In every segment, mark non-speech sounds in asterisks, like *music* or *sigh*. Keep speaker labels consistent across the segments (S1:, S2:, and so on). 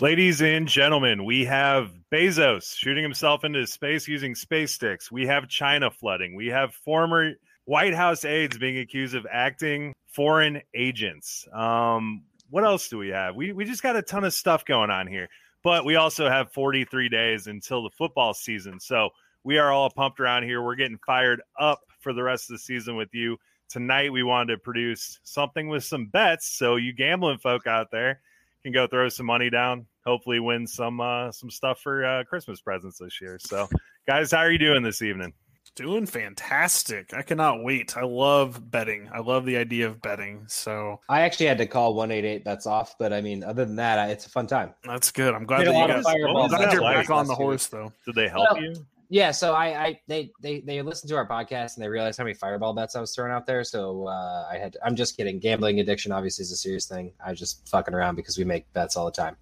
S1: Ladies and gentlemen, we have Bezos shooting himself into space using space sticks. We have China flooding. We have former White House aides being accused of acting foreign agents. Um, what else do we have? We, we just got a ton of stuff going on here, but we also have 43 days until the football season. So we are all pumped around here. We're getting fired up for the rest of the season with you. Tonight, we wanted to produce something with some bets. So, you gambling folk out there, can go throw some money down. Hopefully, win some uh, some stuff for uh, Christmas presents this year. So, guys, how are you doing this evening?
S2: Doing fantastic. I cannot wait. I love betting. I love the idea of betting. So
S3: I actually had to call 188. That's off. But I mean, other than that, I, it's a fun time.
S2: that's good. I'm glad
S3: Hit a
S2: that you
S3: lot of
S2: guys,
S3: fireballs
S2: I'm glad
S1: last
S2: you're back
S1: night.
S2: on the horse, though.
S1: Did they help
S3: Well,
S1: you?
S3: Yeah. So I, I they, they, they listened to our podcast and they realized how many fireball bets I was throwing out there. So uh, I had, I'm just kidding. Gambling addiction obviously is a serious thing. I was just fucking around because we make bets all the time.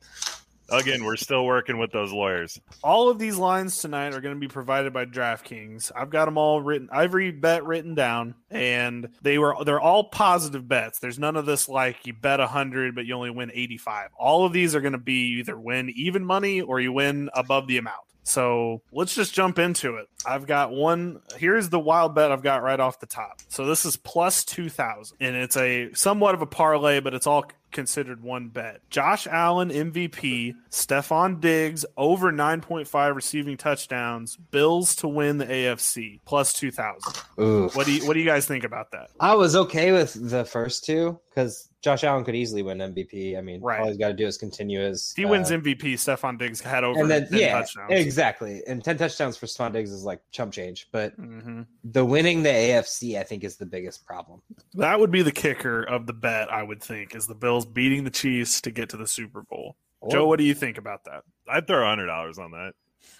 S1: Again, we're still working with those lawyers.
S2: All of these lines tonight are going to be provided by DraftKings. I've got them all written, every bet written down, and they were they're all positive bets. There's none of this like you bet 100 but you only win 85. All of these are going to be you either win even money or you win above the amount. So let's just jump into it. I've got one. Here's the wild bet I've got right off the top. So this is plus 2,000, and it's a somewhat of a parlay, but it's all considered one bet. Josh Allen MVP, Stephon Diggs over 9.5 receiving touchdowns, Bills to win the AFC plus 2,000.
S3: Ooh.
S2: What do you What do you guys think about that?
S3: I was okay with the first two because Josh Allen could easily win MVP. I mean,
S2: Right.
S3: all he's got to do is continue his.
S2: If he
S3: uh,
S2: wins MVP, Stephon Diggs had over
S3: and then
S2: 10
S3: yeah,
S2: touchdowns.
S3: exactly. And ten touchdowns for Stephon Diggs is like chump change, but
S2: Mhm.
S3: the winning the AFC I think is the biggest problem.
S2: That would be the kicker of the bet, I would think, is the Bills beating the Chiefs to get to the Super Bowl. Joe, what do you think about that?
S1: I'd throw hundred dollars on that.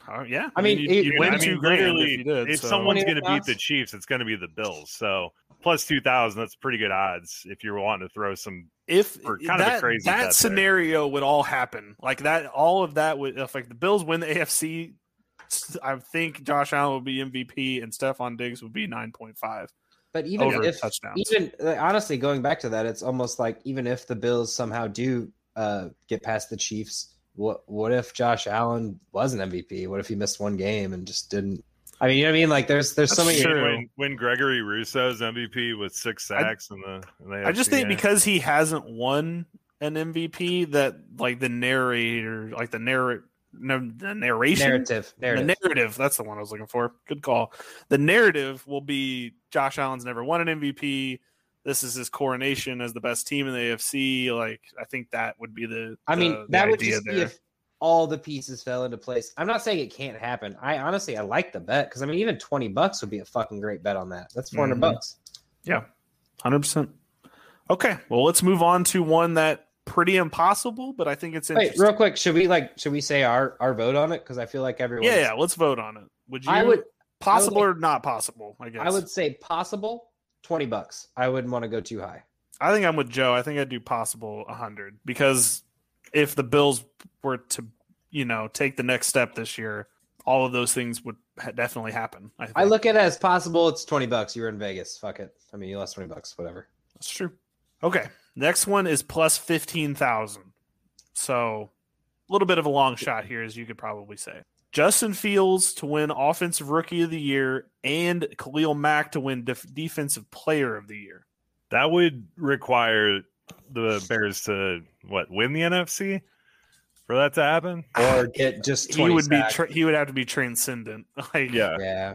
S2: Oh, yeah,
S3: I mean,
S2: you,
S3: it-
S2: you
S3: Dude,
S2: win
S1: I mean,
S2: two grand
S1: literally,
S2: if you did.
S1: if
S2: so-
S1: someone's going to beat
S3: $20,000?
S1: the Chiefs, it's going to be the Bills. So plus two thousand, that's pretty good odds if you're wanting to throw some.
S2: if
S1: Or kind of a
S2: that,
S1: crazy bet there.
S2: that scenario would all happen like that all of that would if like the bills win the afc i think josh allen would be mvp and Stephon diggs would be 9.5
S3: But even
S2: over
S3: if
S2: touchdowns.
S3: even like, honestly going back to that, it's almost like even if the Bills somehow do uh, get past the Chiefs, what what if Josh Allen was an MVP? What if he missed one game and just didn't? I mean, you know what I mean? Like there's there's so
S2: That's
S3: many.
S2: true.
S1: When, when Gregory Russo's MVP with six
S2: I-
S1: sacks in the, in the
S2: i just think
S1: AFC, yeah.
S2: because he hasn't won an mvp that like the narrator like the narrate no, the narration
S3: Narrative, narrative.
S2: The narrative. That's the one I was looking for. Good call. The narrative will be Josh Allen's never won an MVP. This is his coronation as the best team in the AFC. Like, I think that would be the.
S3: I mean,
S2: uh, the- the
S3: that would
S2: idea
S3: just be
S2: there.
S3: if all the pieces fell into place. I'm not saying it can't happen. I honestly, I like the bet because I mean, even 20 bucks would be a fucking great bet on that. That's 400
S2: Mhm.
S3: bucks.
S2: Yeah, hundred percent. Okay, well, let's move on to one that pretty impossible, but I think it's
S3: Wait,
S2: interesting.
S3: real quick, should we like, should we say our our vote on it? Because I feel like everyone.
S2: yeah, yeah. Let's vote on it. Would you?
S3: I would,
S2: possible or not possible? I guess
S3: I would say possible 20 bucks. I wouldn't want to go too high.
S2: I think I'm with Joe. I think I'd do possible 100 because if the Bills were to, you know, take the next step this year, all of those things would ha- definitely happen. I, think.
S3: I look at it as possible. It's 20 bucks. You were in Vegas. Fuck it. I mean, you lost 20 bucks. Whatever.
S2: That's true. Okay. Next one is plus 15,000. So a little bit of a long shot here, as you could probably say. Justin Fields to win Offensive Rookie of the Year and Khalil Mack to win def- Defensive Player of the Year.
S1: That would require the Bears to what win the NFC for that to happen.
S3: *laughs* or get just 20
S2: He would be
S3: sacks.
S2: tra- he would have to be transcendent. *laughs* Like,
S1: Yeah,
S3: yeah.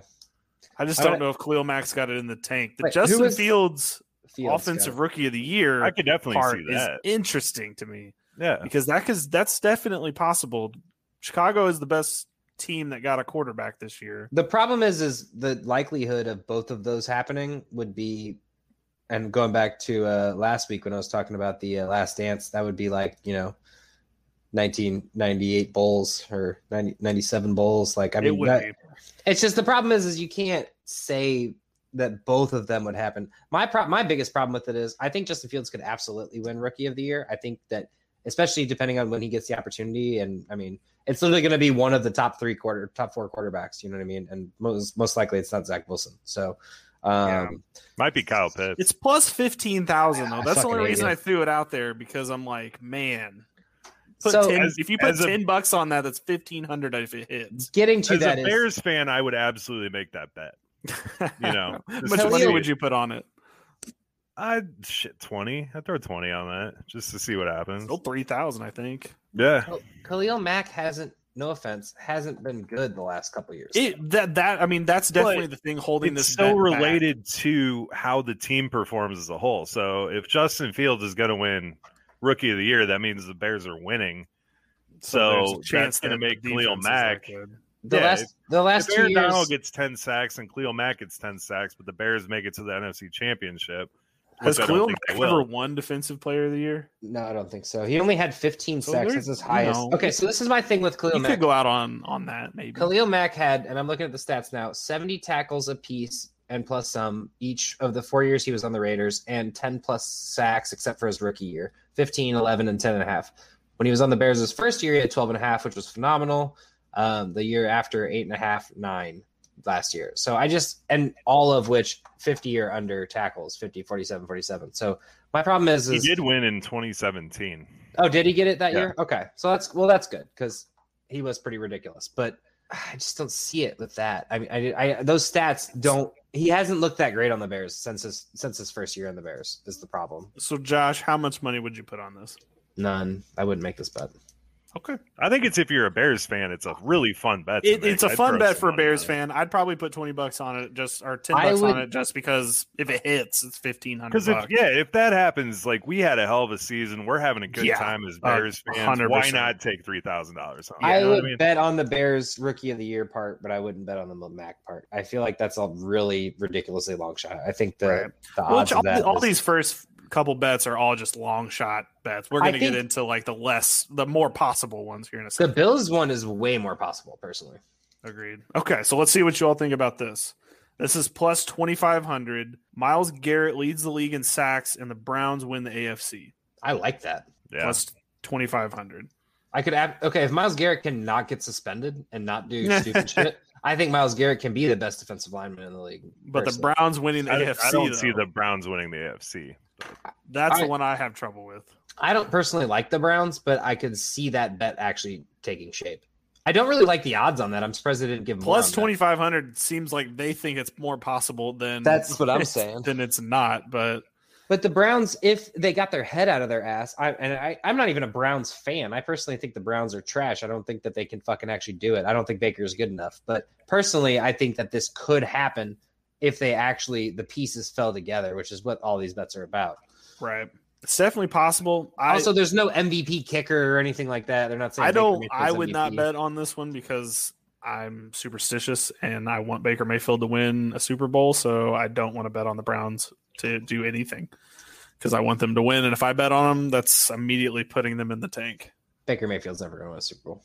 S2: I just
S3: I
S2: don't
S3: would-
S2: know if Khalil Mack's got it in the tank. The
S3: Wait, who
S2: Justin
S3: was-
S2: Fields,
S3: Fields
S2: Offensive
S3: got it.
S2: Rookie of the Year
S1: I could definitely
S2: part
S1: see
S2: is
S1: that.
S2: interesting to me
S1: Yeah,
S2: because that is that's definitely possible. Chicago is the best team that got a quarterback this year.
S3: The problem is, is the likelihood of both of those happening would be, and going back to uh, last week when I was talking about the uh, Last Dance, that would be like you know, nineteen ninety eight bowls or 90, 97 bowls. Like I
S2: it
S3: mean,
S2: would
S3: that-
S2: be.
S3: it's just the problem is, is you can't say that both of them would happen. My pro- my biggest problem with it is, I think Justin Fields could absolutely win Rookie of the Year. I think that, especially depending on when he gets the opportunity, and I mean, it's literally going to be one of the top three quarter, top four quarterbacks. You know what I mean? And most most likely, it's not Zach Wilson. So, um,
S1: might be Kyle Pitts.
S2: It's plus fifteen thousand though.
S3: Ah, I
S2: That's the
S3: fucking
S2: only
S3: hate
S2: reason
S3: it.
S2: I threw it out there because I'm like, man, put
S3: so
S2: 10
S1: As-
S2: if you put
S1: as a-
S2: ten bucks on that, that's fifteen hundred if it hits.
S3: getting to
S1: As
S3: that
S1: a
S3: is
S1: Bears fan, I would absolutely make that bet. You know,
S2: *laughs* how
S1: just
S2: much
S3: to
S2: money
S3: see
S2: would
S1: it.
S2: you put on it?
S1: I shit twenty. I throw twenty on that just to see what happens.
S2: Still three thousand, I think.
S1: Yeah,
S3: Khalil Mack hasn't. No offense, hasn't been good the last couple years.
S2: It that that I mean that's definitely the thing holding
S1: it's
S2: this
S1: so
S2: bet back.
S1: related to how the team performs as a whole. So if Justin Fields is going to win Rookie of the Year, that means the Bears are winning.
S2: there's a
S1: So that's going to
S2: that
S1: make
S2: the
S1: Khalil
S2: defense is
S1: Mack.
S2: that good.
S3: the
S1: yeah,
S3: last, the
S1: If
S3: last two
S1: Aaron
S3: years,
S1: Donald gets ten sacks and Khalil Mack gets ten sacks, but the Bears make it to the NFC Championship.
S2: Has
S1: which I don't
S2: Khalil
S1: think they
S2: Mack
S1: will.
S2: ever won Defensive Player of the Year?
S3: No, I don't think so. He only had 15
S2: So
S3: sacks.
S2: there's-
S3: That's his highest.
S2: no.
S3: Okay, so this is my thing with Khalil
S2: You
S3: Mack.
S2: could go out on on that maybe.
S3: Khalil Mack had, and I'm looking at the stats now, 70 tackles apiece and plus some each of the four years he was on the Raiders and 10 plus sacks except for his rookie year 15, 11, and 10 and a half. When he was on the Bears his first year, he had 12 and a half, which was phenomenal. Um, the year after, eight and a half, nine last year. So I just, and all of which 50 or under tackles, 50, 47, 47. So my problem is,
S1: He
S3: is
S1: did win in 2017.
S3: Oh, did he get it that
S1: Yeah.
S3: year? Okay, so that's well, that's good because he was pretty ridiculous. But I just don't see it with that. I mean, I, I those stats don't. He hasn't looked that great on the Bears since his since his first year on the Bears is the problem.
S2: So Josh, how much money would you put on this?
S3: None. I wouldn't make this bet.
S2: Okay.
S1: I think it's if you're a Bears fan, it's a really fun bet. to
S2: It,
S1: make.
S2: it's a
S1: I'd
S2: fun
S1: throw
S2: bet
S1: some
S2: for a
S1: money
S2: Bears
S1: on it.
S2: fan. I'd probably put twenty bucks on it, just or ten
S3: I
S2: bucks
S3: would-
S2: on it, just because if it hits, it's fifteen hundred
S1: Because if
S2: bucks.
S1: yeah, if that happens, like we had a hell of a season, we're having a good
S2: Yeah, uh,
S1: time as
S2: a
S1: Bears fans.
S2: hundred
S1: Why
S2: percent.
S1: not take three thousand dollars?
S3: I would bet on the Bears rookie of the year part, but I wouldn't bet on the Mac part. I feel like that's a really ridiculously long shot. I think the,
S2: Right.
S3: the odds
S2: Which
S3: of
S2: all,
S3: that
S2: all
S3: is-
S2: these first couple bets are all just long shot bets. We're
S3: I
S2: going to get
S3: think-
S2: into like the less, the more possible ones here in a
S3: the
S2: second.
S3: Bills one is way more possible personally.
S2: Agreed. Okay, so let's see what you all think about this. This is plus twenty five hundred. Miles Garrett leads the league in sacks, and the Browns win the AFC.
S3: I like that.
S1: Yeah.
S2: Plus twenty five hundred.
S3: I could ab- okay if Miles Garrett can not get suspended and not *laughs* do stupid shit. I think Miles Garrett can be the best defensive lineman in the league.
S2: But the
S3: personally.
S2: Browns winning the
S1: I,
S2: AFC.
S1: I don't
S2: though,
S1: see the Browns winning the AFC.
S2: That's
S3: I-
S2: the one I have trouble with.
S3: I don't personally like the Browns, but I could see that bet actually taking shape. I don't really like the odds on that. I'm surprised they didn't give more
S2: Plus
S3: on that.
S2: twenty five hundred seems like they think it's more possible than
S3: That's
S2: *laughs*
S3: what I'm saying.
S2: Then it's not, but
S3: But the Browns, if they got their head out of their ass, I and I, I'm not even a Browns fan. I personally think the Browns are trash. I don't think that they can fucking actually do it. I don't think Baker's good enough. But personally, I think that this could happen if they actually the pieces fell together, which is what all these bets are about.
S2: right. It's definitely possible. I
S3: also, there's no MVP kicker or anything like that. They're not saying
S2: I
S3: Baker
S2: don't
S3: Mayfield's
S2: I would not
S3: MVP.
S2: bet on this one because I'm superstitious and I want Baker Mayfield to win a Super Bowl, so I don't want to bet on the Browns to do anything because I want them to win. And if I bet on them, that's immediately putting them in the tank.
S3: Baker Mayfield's never going to win a Super Bowl.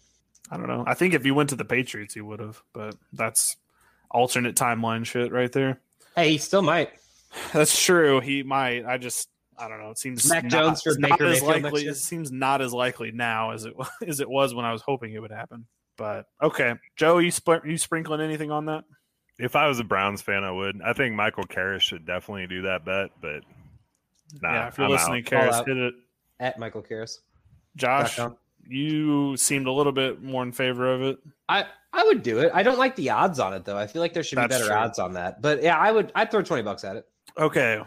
S2: I don't know. I think if you went to the Patriots, you would have, but that's alternate timeline shit right there.
S3: Hey, he still might.
S2: That's true. He might. I just I don't know. It seems
S3: Mac
S2: not-
S3: Jones for
S2: it's not
S3: Baker
S2: as
S3: Mayfield next
S2: likely.
S3: year?
S2: It seems not as likely now as it *laughs* as it was when I was hoping it would happen. But okay, Joe, you spr- you sprinkling anything on that?
S1: If I was a Browns fan, I would. I think Michael Karras should definitely do that bet, but nah,
S2: yeah, if you're
S1: I'm out.
S2: listening,
S3: All
S2: Karis,
S3: out.
S2: hit it.
S3: At Michael Karras.
S2: Josh,
S3: Dot com.
S2: you seemed a little bit more in favor of it.
S3: I I would do it. I don't like the odds on it though. I feel like there should be
S2: That's
S3: better
S2: true.
S3: odds on that. But yeah, I would. I'd throw twenty bucks at it.
S2: Okay.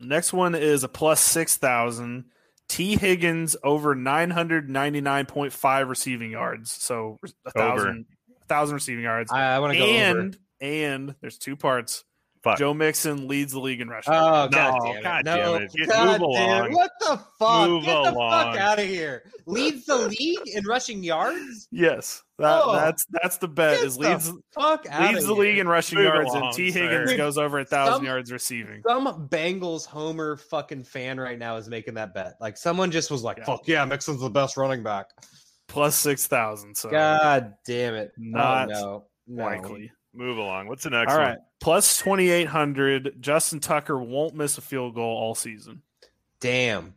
S2: Next one is a plus 6,000. T. Higgins over 999.5 receiving yards. So a
S1: Over.
S2: thousand, a thousand receiving yards.
S3: I, I want to go over.
S2: and, and there's two parts.
S1: Fuck.
S2: Joe Mixon leads the league in rushing.
S1: No,
S3: Oh god damn it.
S1: God
S3: no.
S1: damn it. Get-
S3: God
S1: move
S3: damn-
S1: along.
S3: What the fuck?
S1: Move
S3: Get the
S1: along.
S3: fuck out of here. Leads the league in rushing yards?
S2: yes. That,
S3: Oh.
S2: that's that's the bet
S3: Get
S2: is
S3: the
S2: leads
S3: Fuck out
S2: leads the league in rushing
S1: Move
S2: yards
S1: along,
S2: and T.
S1: sir.
S2: Higgins
S1: Dude,
S2: goes over a thousand
S3: some-
S2: yards receiving.
S3: Some Bengals homer fucking fan right now is making that bet. Like someone just was like,
S2: Yeah.
S3: "Fuck yeah, Mixon's the best running back."
S2: Plus six thousand. So
S3: God damn it!
S2: Not
S3: oh, no, no.
S2: likely.
S1: Move along. What's the next
S2: All
S1: one?
S2: right. Plus 2,800. Justin Tucker won't miss a field goal all season.
S3: Damn,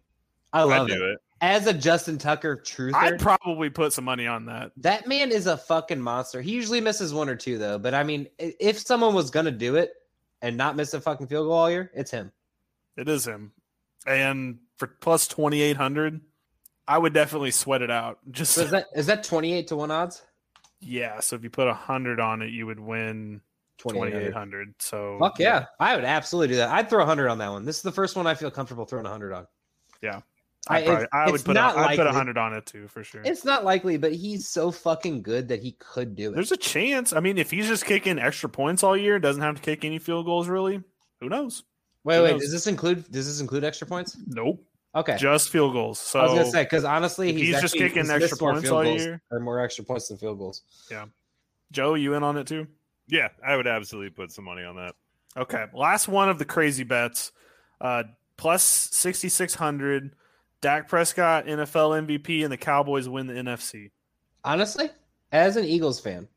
S3: I
S1: I
S3: love
S1: do
S3: it.
S1: it.
S3: As a Justin Tucker truther,
S2: I'd probably put some money on that.
S3: that man is a fucking monster. He usually misses one or two though, but I mean, i- if someone was gonna do it and not miss a fucking field goal all year, it's him.
S2: It is him. And for plus 2,800, I would definitely sweat it out. Just,
S3: So is that is that twenty eight to one odds?
S2: yeah. So if you put 100 on it, you would win
S3: 2800.
S2: 2,800. So,
S3: Fuck yeah. I would absolutely do that. I'd throw 100 on that one. This is the first one I feel comfortable throwing 100 on.
S2: Yeah.
S3: I,
S2: I, probably,
S3: it's-
S2: I would
S3: it's
S2: put, a,
S3: not
S2: I'd put
S3: likely.
S2: 100 on it too, for sure.
S3: It's not likely, but he's so fucking good that he could do it.
S2: There's a chance. I mean, if he's just kicking extra points all year, doesn't have to kick any field goals really, who knows?
S3: wait,
S2: who
S3: wait.
S2: knows?
S3: Does this include does this include extra points?
S2: Nope.
S3: Okay.
S2: Just field goals. So
S3: I was gonna say because honestly,
S2: if
S3: he's,
S2: he's just
S3: actually-
S2: kicking
S3: he's
S2: extra
S3: missed more
S2: points
S3: field
S2: all
S3: goals,
S2: year.
S3: or more extra points than field goals.
S2: Joe, you in on it too?
S1: Yeah, I would absolutely put some money on that.
S2: Okay. Last one of the crazy bets. Uh plus 6600 Dak Prescott NFL MVP and the Cowboys win the NFC.
S3: Honestly, as an Eagles fan,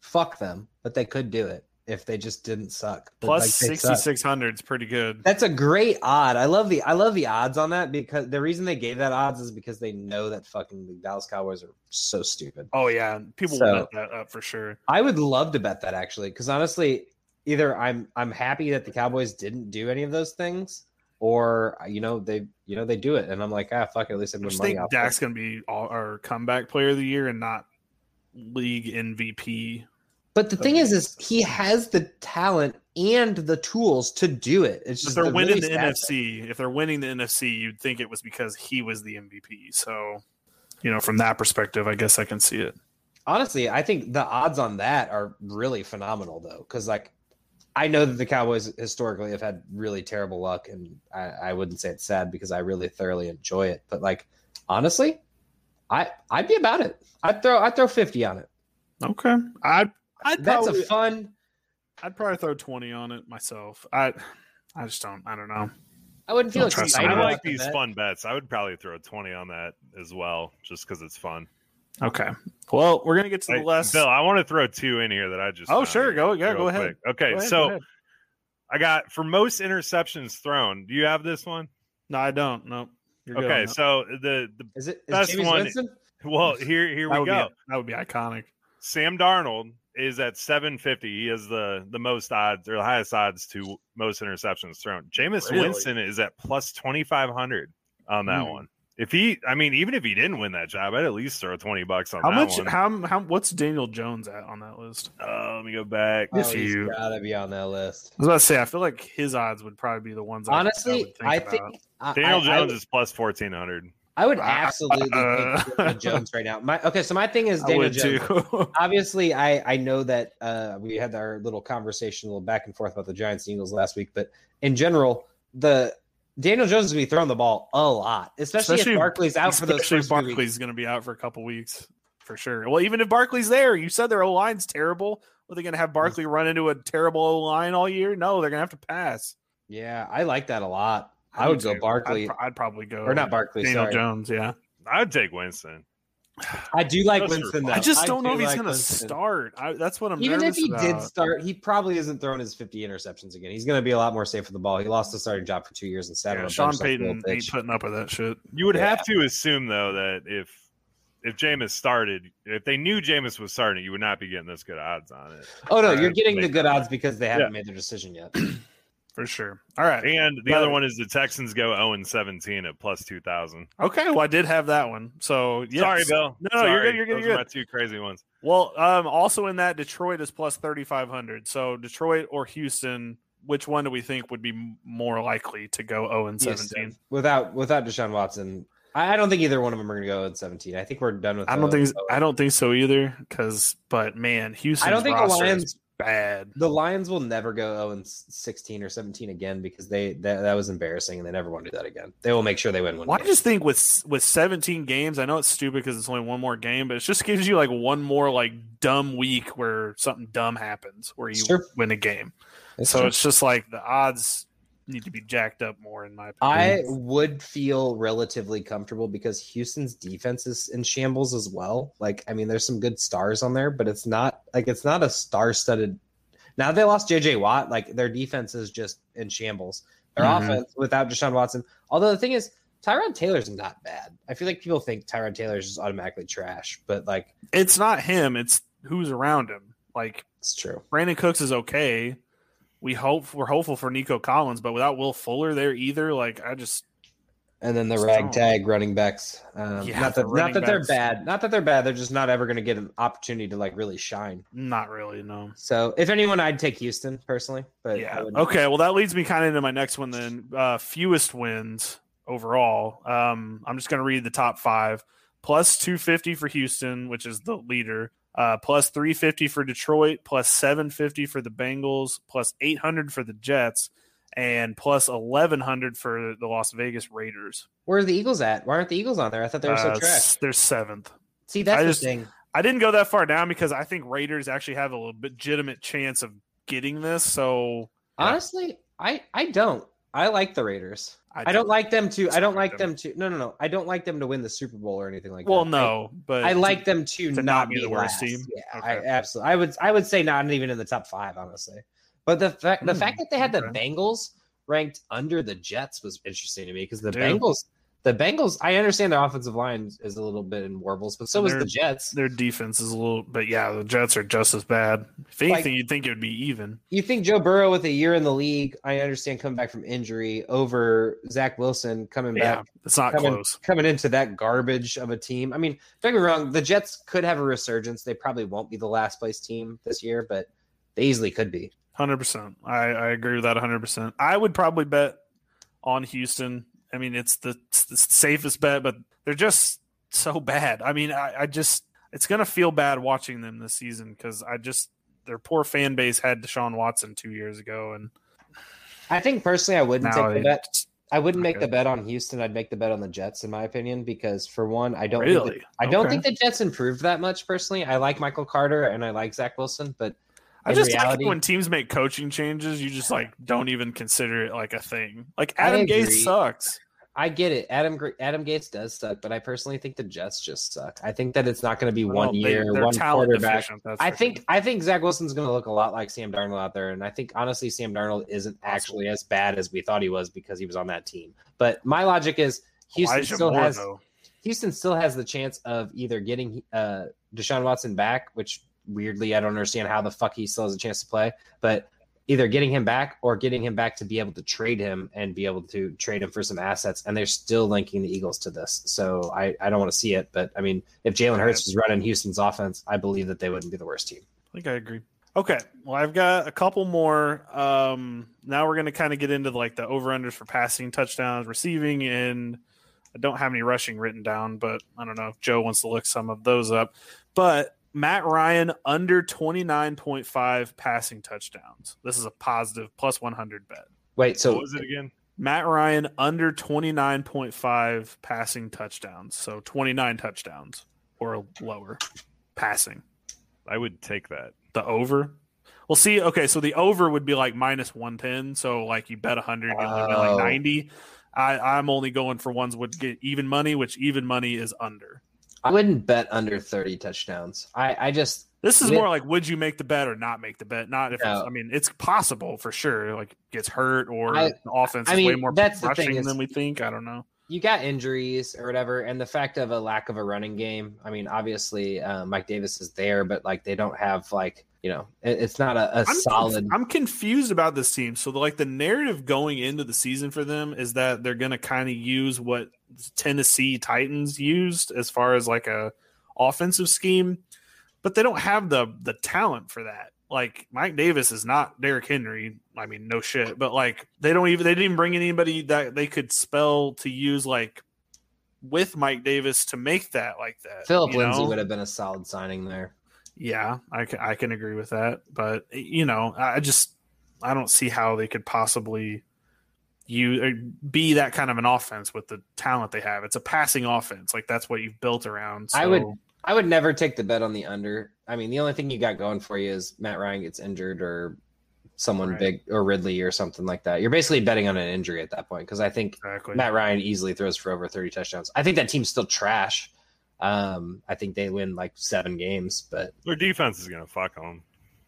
S3: fuck them, but they could do it if they just didn't suck. But,
S2: Plus
S3: like, they suck.
S2: 6600 is pretty good.
S3: That's a great odd. I love the I love the odds on that because the reason they gave that odds is because they know that fucking the Dallas Cowboys are so stupid.
S2: Oh yeah, people
S3: So-
S2: will bet that up for sure.
S3: I would love to bet that actually because honestly, either I'm I'm happy that the Cowboys didn't do any of those things, or you know they you know they do it, and I'm like ah fuck it, at least I'm
S2: I
S3: winning
S2: just
S3: money
S2: think
S3: off.
S2: Dak's
S3: it.
S2: going to be all, our comeback player of the year and not league MVP.
S3: But the thing is, is he has the talent and the tools to do it. It's
S2: If
S3: just
S2: they're
S3: the
S2: winning
S3: really
S2: the
S3: sad-
S2: NFC, if they're winning the NFC, you'd think it was because he was the MVP. So, you know, from that perspective, I guess I can see it.
S3: honestly, I think the odds on that are really phenomenal though, because like I know that the Cowboys historically have had really terrible luck, and I, I wouldn't say it's sad because I really thoroughly enjoy it. But like honestly, I I'd be about it. I'd throw I'd throw fifty on it.
S2: Okay, I I'd
S3: That's
S2: probably,
S3: a fun.
S2: I'd probably throw twenty on it myself. I I just don't. I don't know.
S3: I wouldn't feel
S2: Don't trust
S3: excited.
S2: them.
S1: I
S3: about
S1: like
S3: the
S1: these
S3: bet.
S1: fun bets. I would probably throw 20 on that as well, just because it's fun.
S2: Okay. Well, we're gonna get to the
S1: Hey,
S2: last.
S1: Bill, I want to throw two in here that I just.
S2: Oh,
S1: found
S2: sure.
S1: here
S2: Go- yeah,
S1: real
S2: go ahead.
S1: quick. Okay,
S2: Go ahead,
S1: so
S2: go ahead.
S1: I got for most interceptions thrown. Do you have this one?
S2: no, I don't. No. You're good on
S1: Okay,
S2: that.
S1: so the the
S3: Is it is
S1: Best
S3: James
S1: one-
S3: Winston?
S1: well here here
S2: that
S1: we
S2: would
S1: go.
S2: Be, that would be iconic.
S1: Sam Darnold is at 750. He has the the most odds or the highest odds to most interceptions thrown. Jameis
S2: Really?
S1: Winston is at plus 2500 on that
S3: Hmm.
S1: one. If he, I mean, even if he didn't win that job, I'd at least throw 20 bucks on
S2: How
S1: that
S2: much?
S1: one.
S2: How how? What's Daniel Jones at on that list?
S1: Uh, let me go back.
S3: Oh,
S2: If
S3: he's
S2: you-
S3: gotta be on that list.
S2: I was about to say. I feel like his odds would probably be the ones. I- I,
S3: Honestly,
S2: would
S3: I think,
S2: about.
S3: I,
S1: Daniel
S3: I- I
S1: Jones is plus 1400.
S3: I would
S2: Uh,
S3: absolutely
S2: uh, *laughs*
S3: pick Daniel Jones right now. My okay, so my thing is
S2: I
S3: Daniel
S2: would
S3: Jones.
S2: too.
S3: Obviously, I I know that uh, we had our little conversation, a little back and forth about the Giants and Eagles last week, but in general, the Daniel Jones is going to be throwing the ball a lot, especially,
S2: Especially-
S3: if
S2: *laughs*
S3: Barkley's out for those
S2: Especially
S3: first
S2: if
S3: few weeks.
S2: Barkley's going to be out for a couple weeks for sure. Well, even if Barkley's there, you said their O line's terrible. Are they going to
S3: Mm-hmm.
S2: have Barkley run into a terrible O line all year? No, they're going to have to pass.
S3: Yeah, I like that a lot. I,
S2: do
S3: would go
S2: too.
S3: Barkley
S2: I'd, pro- I'd probably go
S3: or not Barkley.
S2: Daniel
S3: sorry,
S2: Jones. Yeah,
S1: I would take Winston.
S3: I do like
S1: Those are
S3: Winston.
S1: fun.
S3: Though.
S2: I just don't know
S3: do
S2: if he's
S3: like
S2: going to
S3: Winston.
S2: start. I, that's what I'm.
S3: Even if
S2: nervous
S3: he did
S2: about.
S3: start, he probably isn't throwing his 50 interceptions again. He's going to be a lot more safe with the ball. He lost the starting job for two years and sat on
S2: yeah,
S3: a
S2: Sean
S3: bench like a little
S2: Payton ain't
S3: bitch.
S2: putting up with that shit.
S1: You would
S3: Yeah.
S1: have to assume though that if if Jameis started, if they knew Jameis was starting, you would not be getting this good odds on it.
S3: Oh no,
S1: Right.
S3: you're getting
S1: Make
S3: the
S1: that
S3: good
S1: work.
S3: odds because they haven't made their decision yet. *clears throat*
S2: for sure. All right.
S1: And the
S2: But-
S1: other one is the Texans go 0 and 17 at plus 2,000.
S2: Okay. Well, I did have that one. So yes.
S1: Sorry, Bill.
S2: No, no, you're
S1: Sorry.
S2: good, you're good,
S1: Those
S2: you're
S1: are my two crazy ones.
S2: Well, um, also in that Detroit is plus thirty five hundred. So Detroit or Houston, which one do we think would be m- more likely to go zero and seventeen?
S3: without without Deshaun Watson. I, I don't think either one of them are going to go in seventeen. I think we're done with.
S2: I
S3: the-
S2: don't think I don't think so either. Because but man, Houston.
S3: I don't think the Lions.
S2: bad.
S3: The Lions will never go zero and sixteen or seventeen again because they that, that was embarrassing and they never want to do that again. They will make sure they win one.
S2: Well, I
S3: game.
S2: just think with with 17 games, I know it's stupid because it's only one more game, but it just gives you like one more like dumb week where something dumb happens where you
S3: Sure.
S2: win a game.
S3: It's
S2: so
S3: true.
S2: it's just like the odds need to be jacked up more in my
S3: I
S2: opinion.
S3: would feel relatively comfortable because Houston's defense is in shambles as well. Like, I mean, there's some good stars on there, but it's not like it's not a star-studded. Now they lost JJ Watt, like their defense is just in shambles. Their
S2: Mhm.
S3: offense without Deshaun Watson. Although the thing is, Tyrod Taylor's not bad. I feel like people think Tyrod Taylor's just automatically trash, but like
S2: it's not him, it's who's around him. Like
S3: it's true.
S2: Brandon Cooks is okay. We hope we're hopeful for Nico Collins, but without Will Fuller there either, like I just
S3: And then the
S2: Strong.
S3: ragtag running backs. Um,
S2: Yeah,
S3: not
S2: the
S3: that, not
S2: running
S3: that they're
S2: backs.
S3: bad. Not that they're bad. They're just not ever going to get an opportunity to like really shine.
S2: not really no.
S3: So if anyone, I'd take Houston personally. But I
S2: yeah.
S3: wouldn't-
S2: Okay. Well, that leads me kind of into my next one then. Uh, fewest wins overall. Um, I'm just going to read the top five plus 250 for Houston, which is the leader, uh, plus 350 for Detroit, plus 750 for the Bengals, plus 800 for the Jets, and plus 1100 for the Las Vegas Raiders.
S3: Where are the Eagles at? Why aren't the Eagles on there? I thought they were
S2: Uh,
S3: so trash.
S2: They're seventh.
S3: See, that's
S2: I
S3: the
S2: just-
S3: thing.
S2: I didn't go that far down because I think Raiders actually have a legitimate chance of getting this. So
S3: Honestly, I I don't. I like the Raiders. I don't like them to. I don't like them to. No, no, no. I don't like them to win the Super Bowl or anything like
S2: Well,
S3: that.
S2: no,
S3: I,
S2: but
S3: I like them to,
S2: to
S3: not, be, the worst team. Yeah, I
S2: Okay.
S3: absolutely. I would. I would say not even in the top five, honestly. But the fact the
S2: Hmm,
S3: fact that they had the
S2: okay.
S3: Bengals ranked under the Jets was interesting to me because the
S2: Dude.
S3: Bengals, the Bengals. I understand their offensive line is a little bit in warbles, but so was
S2: They're-
S3: the Jets.
S2: Their defense is a little, but yeah, the Jets are just as bad. If
S3: Like-
S2: anything, you'd think it would be even.
S3: you think Joe Burrow with a year in the league, I understand coming back from injury over Zach Wilson coming
S2: But
S3: back
S2: yeah, it's not
S3: coming,
S2: close.
S3: coming into that garbage of a team. I mean, don't get me wrong, the Jets could have a resurgence. They probably won't be the last place team this year, but they easily could be.
S2: Hundred percent. I I agree with that. Hundred percent. I would probably bet on Houston. I mean, it's the, it's the safest bet, but they're just so bad. I mean, I, I just it's gonna feel bad watching them this season because I just their poor fan base had Deshaun Watson two years ago, and
S3: I think personally I wouldn't
S2: now
S3: take the
S2: it-
S3: bet. I wouldn't make
S2: Okay.
S3: the bet on Houston. I'd make the bet on the Jets, in my opinion, because for one, I don't think
S2: really.
S3: the- I don't
S2: Okay.
S3: think the Jets improved that much personally. I like Michael Carter and I like Zach Wilson, but
S2: I
S3: in
S2: just like
S3: reality-
S2: it when teams make coaching changes, you just like don't even consider it like a thing. Like
S3: I
S2: Adam Gase
S3: agree.
S2: sucks.
S3: I get it. Adam Gr- Adam Gates does suck, but I personally think the Jets just suck. I think that it's not going to be
S2: Well,
S3: one
S2: they-
S3: year,
S2: they're
S3: one
S2: talent
S3: quarterback.
S2: deficient, that's
S3: I
S2: for
S3: think
S2: sure.
S3: I think Zach Wilson's going to look a lot like Sam Darnold out there, and I think honestly Sam Darnold isn't actually as bad as we thought he was because he was on that team. But my logic is Houston
S2: Elijah
S3: still
S2: Moore,
S3: has
S2: though.
S3: Houston still has the chance of either getting uh, Deshaun Watson back, which weirdly I don't understand how the fuck he still has a chance to play, but either getting him back or getting him back to be able to trade him and be able to trade him for some assets. And they're still linking the Eagles to this, so I, I don't want to see it. But I mean, if Jalen Hurts was running Houston's offense, I believe that they wouldn't be the worst team.
S2: I think I agree. Okay, well, I've got a couple more. Um, now we're going to kind of get into like the over unders for passing touchdowns, receiving, and I don't have any rushing written down, but I don't know if Joe wants to look some of those up. But Matt Ryan under twenty nine point five passing touchdowns. This is a positive plus one hundred bet.
S3: Wait,
S1: what
S3: so
S1: was it again?
S2: Matt Ryan under 29.5 passing touchdowns. So 29 touchdowns or lower passing.
S1: I would take that.
S2: The over. Well, see, okay, so the over would be like minus 110. So, like, you bet 100, you only bet
S3: Oh.
S2: like 90. I, I'm only going for ones would get even money, which even money is under.
S3: I wouldn't bet under thirty touchdowns. I I just
S2: This is
S3: Yeah.
S2: more like would you make the bet or not make the bet? Not if it's-
S3: No.
S2: I mean it's possible for sure. Like gets hurt or
S3: I-
S2: the offense
S3: I
S2: is way
S3: mean,
S2: more
S3: that's the
S2: rushing
S3: thing is-
S2: than we think. I don't know.
S3: you got injuries or whatever, and the fact of a lack of a running game. I mean, obviously, uh, Mike Davis is there, but like they don't have like you know, it, it's not a, a
S2: I'm
S3: solid.
S2: conf- I'm confused about this team. So, like, the narrative going into the season for them is that they're going to kind of use what Tennessee Titans used as far as like a offensive scheme, but they don't have the the talent for that. Like Mike Davis is not Derrick Henry. I mean, no shit, but like they don't even they didn't even bring anybody that they could spell to use like with Mike Davis to make that like that.
S3: Philip
S2: you
S3: Lindsay
S2: know?
S3: would have been a solid signing there.
S2: Yeah, I can, I can agree with that, but you know, I I just I don't see how they could possibly you or be that kind of an offense with the talent they have. It's a passing offense, like that's what you've built around. So.
S3: I would- I would never take the bet on the under. I mean, the only thing you got going for you is Matt Ryan gets injured or someone
S2: Right.
S3: big or Ridley or something like that. You're basically betting on an injury at that point because I think
S2: exactly.
S3: Matt Ryan easily throws for over 30 touchdowns. I think that team's still trash. Um, I think they win like seven games, but
S1: Their defense is gonna fuck them.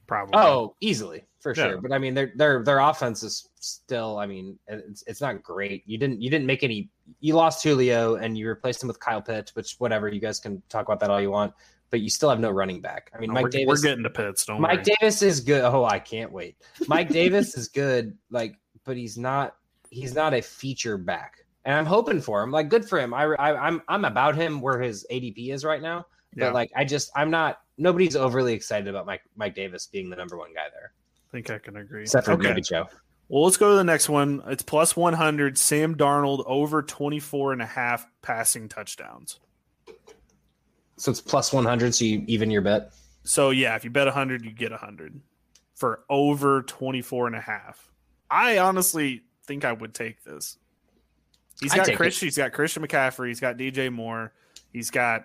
S2: probably.
S3: oh, easily for
S1: Yeah.
S3: sure. But I mean, their their their offense is still. I mean, it's it's not great. You didn't you didn't make any. You lost Julio and you replaced him with Kyle Pitts, which whatever you guys can talk about that all you want. But you still have no running back. I mean,
S2: No,
S3: Mike
S2: we're,
S3: Davis.
S2: we're getting to Pitts. Don't
S3: Mike
S2: worry.
S3: Davis is good. Oh, I can't wait. Mike Davis is good, like, but he's not. He's not a feature back, and I'm hoping for him. Like, good for him. I, I I'm I'm about him where his ADP is right now.
S2: yeah,
S3: But like, I just I'm not. Nobody's overly excited about Mike Mike Davis being the number one guy there,
S2: I think I can agree.
S3: except for
S2: Okay.
S3: maybe Joe.
S2: Well, let's go to the next one. It's plus 100. Sam Darnold over 24 and a half passing touchdowns.
S3: So it's plus 100. So you even your bet.
S2: So yeah, if you bet 100, you get 100 for over 24 and a half. I honestly think I would take this. He's
S3: I'd
S2: got
S3: take it.
S2: Christian, he's got Christian McCaffrey, he's got DJ Moore, he's got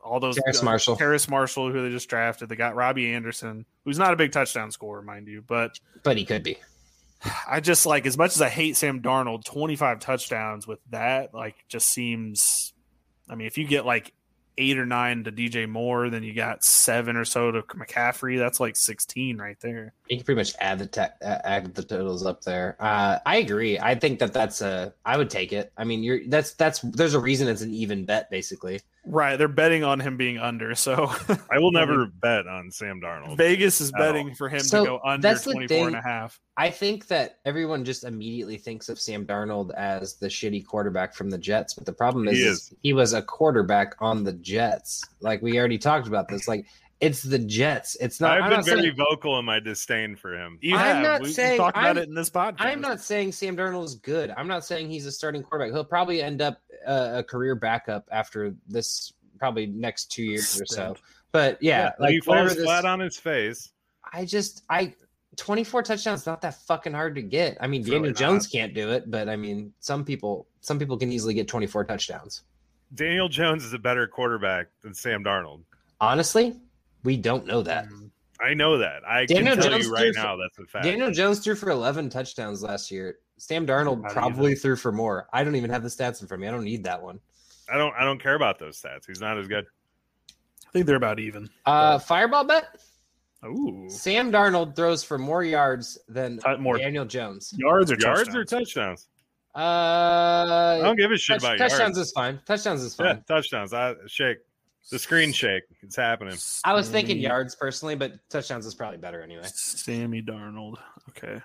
S2: all those
S3: Terrace Marshall.
S2: Terrace Marshall, who they just drafted. They got Robbie Anderson, who's not a big touchdown scorer, mind you, but
S3: But he could be.
S2: I just like as much as I hate Sam Darnold, 25 touchdowns with that, like just seems I mean, if you get like eight or nine to DJ Moore, then you got seven or so to McCaffrey, that's like 16 right there.
S3: You can pretty much add the ta- uh, add the totals up there. Uh, I agree. I think that that's a. I would take it. I mean, you're that's that's there's a reason it's an even bet basically.
S2: Right. They're betting on him being under. So *laughs*
S1: I will never bet on Sam
S2: Oh,
S1: Darnold.
S2: Vegas is
S1: At
S2: betting
S1: all.
S2: for him
S3: So,
S2: to go under
S3: that's the
S2: 24 and
S3: thing.
S2: a half.
S3: I think that everyone just immediately thinks of Sam Darnold as the shitty quarterback from the Jets, but the problem is,
S1: He
S3: is he was a quarterback on the Jets. Like we already talked about this. Like it's the Jets. It's not.
S1: I've
S3: I'm
S1: been
S3: not
S1: very
S3: saying-
S1: vocal in my disdain for him.
S2: You
S3: I'm
S2: have.
S3: not
S2: we, we
S3: saying-
S2: talked
S3: I'm-
S2: about it in this podcast.
S3: I'm not saying Sam Darnold is good. I'm not saying he's a starting quarterback. He'll probably end up uh, a career backup after this, probably next two years or so.
S2: Stint.
S3: But yeah,
S1: like, he
S3: like whatever
S1: falls
S3: this,
S1: flat on his face.
S3: I just I 24 touchdowns not that fucking hard to get. I mean,
S2: It's
S3: Daniel
S2: really not.
S3: Jones can't do it, but I mean, some people some people can easily get 24 touchdowns.
S1: Daniel Jones is a better quarterback than Sam Darnold.
S3: Honestly, we don't know that.
S2: Mm.
S1: I know that. I
S3: Daniel
S1: can tell
S3: Jones
S1: you right
S3: threw-
S1: now that's a fact.
S3: Daniel Jones threw for 11 touchdowns last year. Sam Darnold
S2: Not
S3: probably
S2: even.
S3: threw for more. I don't even have the stats in front of me. I don't need that one.
S1: I don't. I don't care about those stats. He's not as good.
S2: I think they're about even.
S3: Uh, fireball bet.
S1: Mm.
S2: Ooh.
S3: Sam Darnold throws for more yards than
S2: Cut more
S3: Daniel Jones.
S2: yards or
S1: Yards
S2: touchdowns?
S1: or touchdowns? I
S3: Uh,
S1: don't give a shit
S3: touch-
S1: about
S3: touchdowns
S1: yards.
S3: is fine. Touchdowns is
S1: Yeah,
S3: fine.
S1: touchdowns. I shake the screen. Shake. It's happening.
S3: I was thinking
S1: Mm.
S2: Sammy-
S3: yards personally, but touchdowns is probably better anyway.
S2: Sammy Darnold. Okay.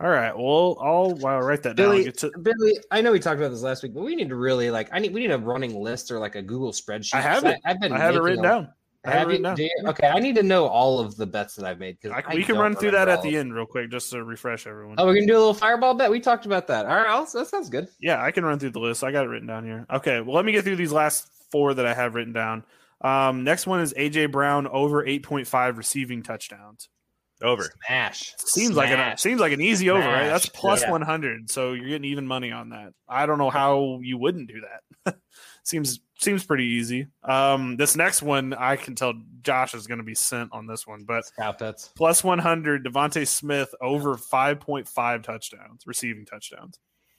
S2: All right. Well, I'll wow, write that down.
S3: Billy-
S2: It's a-
S3: Billy, I know we talked about this last week, but we need to really like I need we need a running list or like a Google spreadsheet.
S2: I have it.
S3: I've been
S2: I have it
S3: making
S2: written
S3: a-
S2: down. I have it
S3: Have you-
S2: written down.
S3: do you- okay, I need to know all of the bets that I've made because
S2: I, we can run through that at the end real quick just to refresh everyone.
S3: Oh, we're gonna do a little fireball bet. We talked about that. All right, I'll- that sounds good.
S2: Yeah, I can run through the list. I got it written down here. Okay. Well, let me get through these last four that I have written down. Um, next one is AJ Brown over 8.5 receiving touchdowns.
S1: Over.
S3: Smash.
S2: Seems like an
S3: Smash.
S2: seems like an easy over, right? That's
S3: Smash.
S2: plus
S3: Yeah.
S2: 100. So you're getting even money on that. I don't know how you wouldn't do that. *laughs* seems seems pretty easy. Um, this next one I can tell Josh is going to be sent on this one, but
S3: Scout bets.
S2: plus 100 Devonte Smith over 5.5 touchdowns, receiving touchdowns.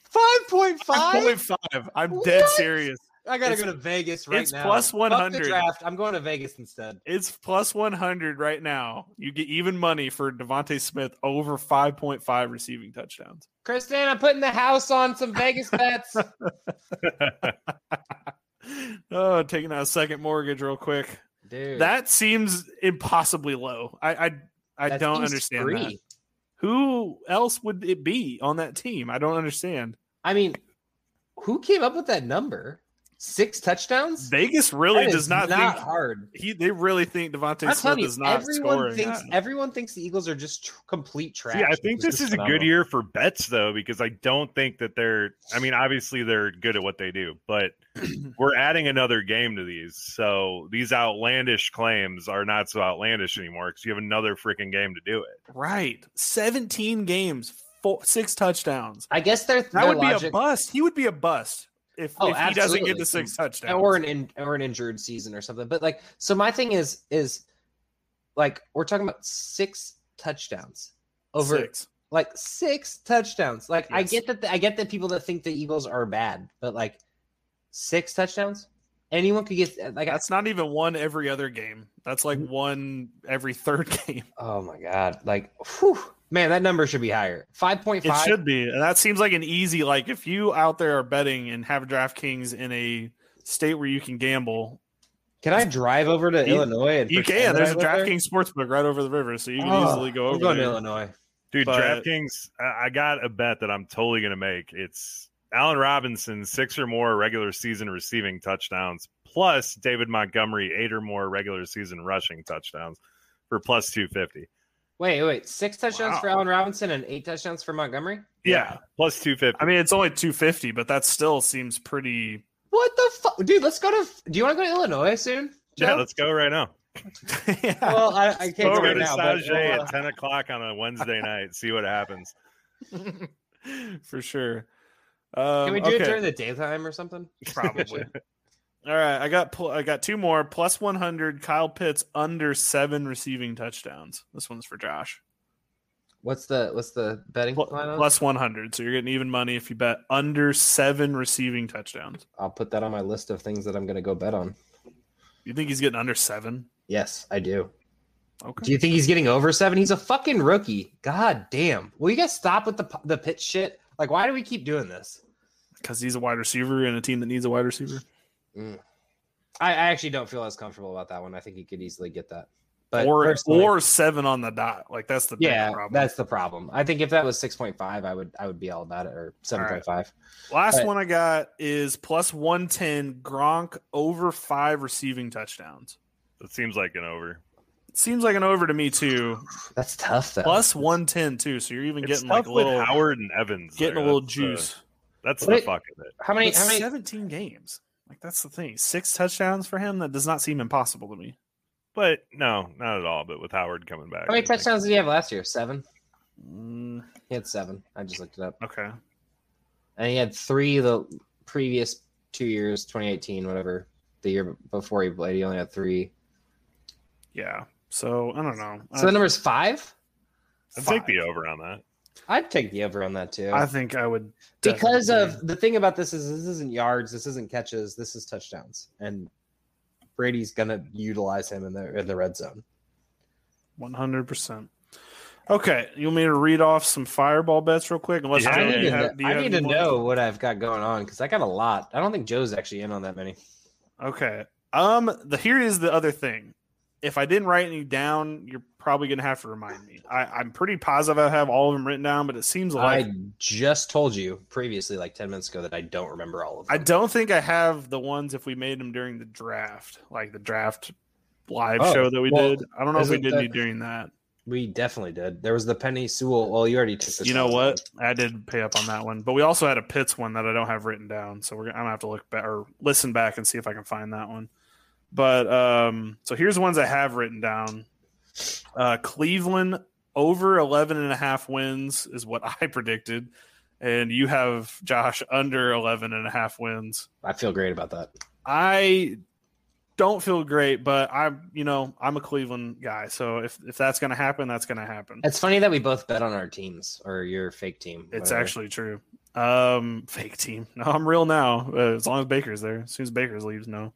S3: Five point five.
S2: 5.5. I'm dead
S3: What?
S2: serious.
S3: *laughs* I gotta
S2: It's-
S3: go to Vegas right
S2: it's
S3: now.
S2: plus
S3: Fuck the
S2: 100.
S3: draft. I'm going to Vegas instead.
S2: It's plus 100 right now. You get even money for Devonte Smith over 5.5 receiving touchdowns. *sighs*
S3: Kristen, I'm putting the house on some
S2: *laughs*
S3: Vegas bets.
S2: oh, taking out a second mortgage real quick.
S3: dude.
S2: That seems impossibly low. I I, I
S3: That
S2: don't
S3: seems
S2: understand
S3: free.
S2: that. Who else would it be on that team? I don't understand.
S3: I mean, who came up with that number? Six touchdowns?
S2: Vegas really
S3: That
S2: does
S3: is
S2: not,
S3: not
S2: think
S3: hard.
S2: he. They really think Devontae
S3: I'm
S2: Smith
S3: telling you,
S2: is not
S3: everyone
S2: scoring.
S3: thinks everyone thinks the Eagles are just tr- complete trash.
S1: Yeah, I think
S3: It's
S1: this
S3: just
S1: is a good
S3: phenomenal.
S1: year for bets though, because I don't think that they're. I mean, obviously they're good at what they do, but we're adding another game to these, so these outlandish claims are not so outlandish anymore because you have another freaking game to do it.
S2: right, seventeen games, four, six touchdowns.
S3: I guess their,
S2: That
S3: their
S2: would be a
S3: logic,
S2: bust. He would be a bust if,
S3: Oh,
S2: if he doesn't get
S3: absolutely.
S2: the six touchdowns.
S3: or an in, or an injured season or something. But like, so my thing is is like we're talking about six touchdowns over
S2: six.
S3: like six touchdowns. Like I
S2: Yes.
S3: get that I get that people that think the Eagles are bad, but like six touchdowns, anyone could get like I-
S2: That's not even one every other game. That's
S3: Mm-hmm.
S2: like one every third *laughs* game.
S3: Oh my god! Like, whew, man, that number should be higher. Five point
S2: It
S3: five.
S2: should be. And that seems like an easy like if you out there are betting and have DraftKings in a state where you can gamble,
S3: Can I drive over to
S2: You-
S3: Illinois? And
S2: you
S3: pretend
S2: can.
S3: that
S2: There's
S3: I
S2: a
S3: live there?
S2: DraftKings sportsbook right over the river, so you can
S3: Oh,
S2: easily go
S3: We're
S2: over
S3: going to
S2: there.
S3: Illinois.
S1: Dude,
S2: But-
S1: DraftKings, I I got a bet that I'm totally going to make. It's Allen Robinson six or more regular season receiving touchdowns, plus David Montgomery eight or more regular season rushing touchdowns for plus two fifty.
S3: Wait, wait, six touchdowns for
S2: Wow.
S3: Allen Robinson and eight touchdowns for Montgomery.
S1: Yeah, plus two fifty.
S2: I mean, it's only 250, but that still seems pretty. *laughs*
S3: What the fuck, dude? Let's go to. Do you want to go to Illinois soon?
S1: yeah,
S3: Joe?
S1: let's go right now.
S2: yeah. *laughs*
S3: Well, I, I can't
S1: Go
S3: go
S1: over
S3: right
S1: to
S3: now. But,
S1: Sajay
S3: we'll, uh,
S1: at ten o'clock on a
S3: *laughs*
S1: Wednesday night. See what happens.
S2: for sure. Um,
S3: can we do
S2: okay.
S3: it during the daytime or something?
S2: Probably. All right, I got pl- I got two more plus 100. Kyle Pitts under seven receiving touchdowns. This one's for Josh.
S3: *laughs* What's the what's the betting
S2: Pl-
S3: line? On?
S2: plus 100. So you're getting even money if you bet under seven receiving touchdowns.
S3: I'll put that on my list of things that I'm going to go bet on.
S2: You think he's getting under seven?
S3: Yes, I do.
S2: Okay.
S3: Do you think he's getting over seven? He's a fucking rookie. God damn. Will you guys stop with the p- the pitch shit? Like, why do we keep doing this?
S2: Because he's a wide receiver in a team that needs a wide receiver.
S3: I, I actually don't feel as comfortable about that one. I think he could easily get that. But
S2: or
S3: personally-
S2: or seven on the dot. Like that's the big
S3: yeah,
S2: problem.
S3: that's the problem. I think if that was six point five, I would I would be all about it or seven point five.
S2: Last
S3: Right.
S2: one I got is plus 110 Gronk over five receiving touchdowns.
S1: It seems like an over.
S2: It seems like an over to me too.
S3: *laughs* That's tough though.
S2: Plus 110 too. So you're even
S1: It's
S2: getting
S1: tough
S2: like a little
S1: with Howard and Evans.
S2: getting
S1: there.
S2: a little
S1: That's uh, the-
S2: juice.
S1: that's the
S3: Wait.
S1: fuck of it.
S3: how many
S2: But
S3: how many
S2: 17 games. Like that's the thing. Six touchdowns for him that does not seem impossible to me.
S1: But no, not at all. But with Howard coming back,
S3: how many
S1: I think-
S3: touchdowns did he have last year? Seven.
S2: Mm,
S3: He had seven. I just looked it up.
S2: okay.
S3: And he had three the previous two years, twenty eighteen, whatever. The year before he played, he only had three.
S2: Yeah. So I don't know.
S3: So the number's five?
S1: I'd take the over on that.
S3: I'd take the over on that too.
S2: I think I would
S3: because
S2: definitely.
S3: of the thing about this is this isn't yards, this isn't catches, this is touchdowns, and Brady's gonna utilize him in the in the red zone.
S2: One hundred percent. Okay, you want me to read off some fireball bets real quick? Unless
S1: Yeah,
S2: Joe,
S3: I
S2: do
S3: need
S2: you
S3: to,
S2: have- do you
S3: I
S2: have
S3: need to
S2: any more?
S3: know what I've got going on because I got a lot. I don't think Joe's actually in on that many.
S2: Okay. Um. The here is the other thing. If I didn't write any down, you're probably gonna have to remind me. I, I'm pretty positive I have all of them written down, but it seems like
S3: I just told you previously, like ten minutes ago, that I don't remember all of
S2: I
S3: them.
S2: don't think I have the ones if we made them during the draft, like the draft live
S3: Oh,
S2: show that we
S3: well,
S2: did. I don't know if we
S3: isn't
S2: did
S3: that-
S2: any during that.
S3: we definitely did. There was the Penny Sewell. Well, you already took this.
S2: You know
S3: one.
S2: what? I did pay up on that one, but we also had a Pitts one that I don't have written down, so we're gonna, I'm gonna have to look back or listen back and see if I can find that one. But um, so here's ones I have written down. Uh, Cleveland over 11 and a half wins is what *laughs* I predicted, and you have Josh under 11 and a half wins.
S3: I feel great about that.
S2: I don't feel great, but I'm you know I'm a Cleveland guy, so if if that's gonna happen, that's gonna happen.
S3: It's funny that we both bet on our teams or your fake team.
S2: It's
S3: whatever.
S2: actually true. Um, fake team. *laughs* No, I'm real now. Uh, as long as Baker's there. As soon as Baker's leaves, no.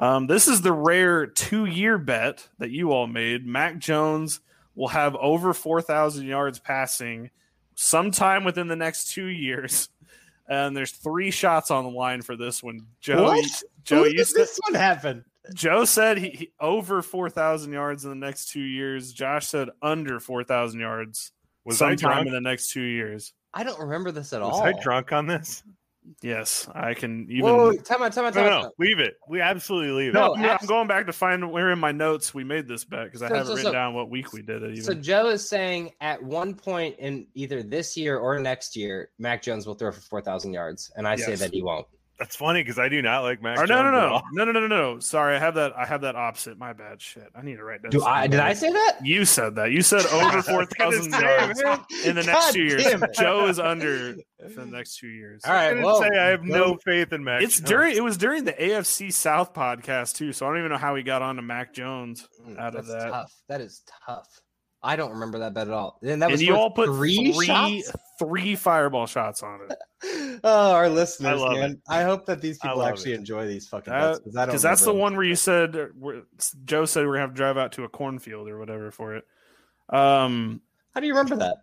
S2: Um, this is the rare two year bet that you all made. Mac Jones will have over 4,000 yards passing sometime within the next two years. *laughs* And there's three shots on the line for this one. Joe,
S3: What?
S2: Joe,
S3: When
S2: you
S3: did
S2: st-
S3: this one happen?
S2: Joe said he, he over four thousand yards in the next two years. Josh said under four thousand yards
S1: Was I
S2: sometime
S1: drunk?
S2: in the next two years.
S3: I don't remember this at
S1: Was
S3: all.
S1: I drunk on this?
S2: Yes, I can even.
S3: Whoa, wait, time out, time out,
S1: No,
S3: time
S1: no,
S3: out.
S1: leave it. We absolutely leave
S2: No,
S3: No,
S2: I'm- I'm
S3: abs-
S2: going back to find where in my notes we made this bet because I
S3: So-
S2: haven't
S3: so-
S2: written
S3: so-
S2: down what week we did it. Even
S3: So Joe is saying at one point in either this year or next year, Mac Jones will throw for four thousand yards, and I say
S2: Yes.
S3: that he won't.
S1: it. That's funny because I do not like Mac.
S2: Or no, no,
S1: Jones at
S2: no,
S1: all.
S2: no, no, no, no, no. Sorry, I have that. I have that opposite. My bad. Shit, I need to write that.
S3: Do I? Did I say that?
S2: You said that. You
S3: *laughs*
S2: said over four thousand yards *laughs* in the next
S3: God
S2: two years.
S3: damn it. Mm,
S2: Joe is under for
S3: *laughs*
S2: the next two years.
S3: All
S1: I
S3: right.
S1: didn't
S3: Well,
S1: say I have no
S3: Joe-
S1: faith in Mac.
S2: It's
S1: Jones.
S2: during. It was during the AFC South podcast too. So I don't even know how he got onto Mac Jones.
S3: Mm,
S2: out of
S3: that's
S2: that.
S3: Tough. That is tough. I don't remember that bet at all. And that was
S2: and you
S3: worth
S2: all put
S3: three,
S2: three
S3: shots?
S2: *laughs* three fireball shots on it
S3: Oh, our listeners,
S1: love
S3: man. I hope that these
S1: I
S3: people
S1: love
S3: actually
S1: it.
S3: enjoy these fucking
S2: That-
S3: bets because I don't.
S2: because that's the
S3: remember
S2: one where you said uh, we're, Joe said we're gonna have to drive out to a cornfield or whatever for it. Um,
S3: them. How do you remember that?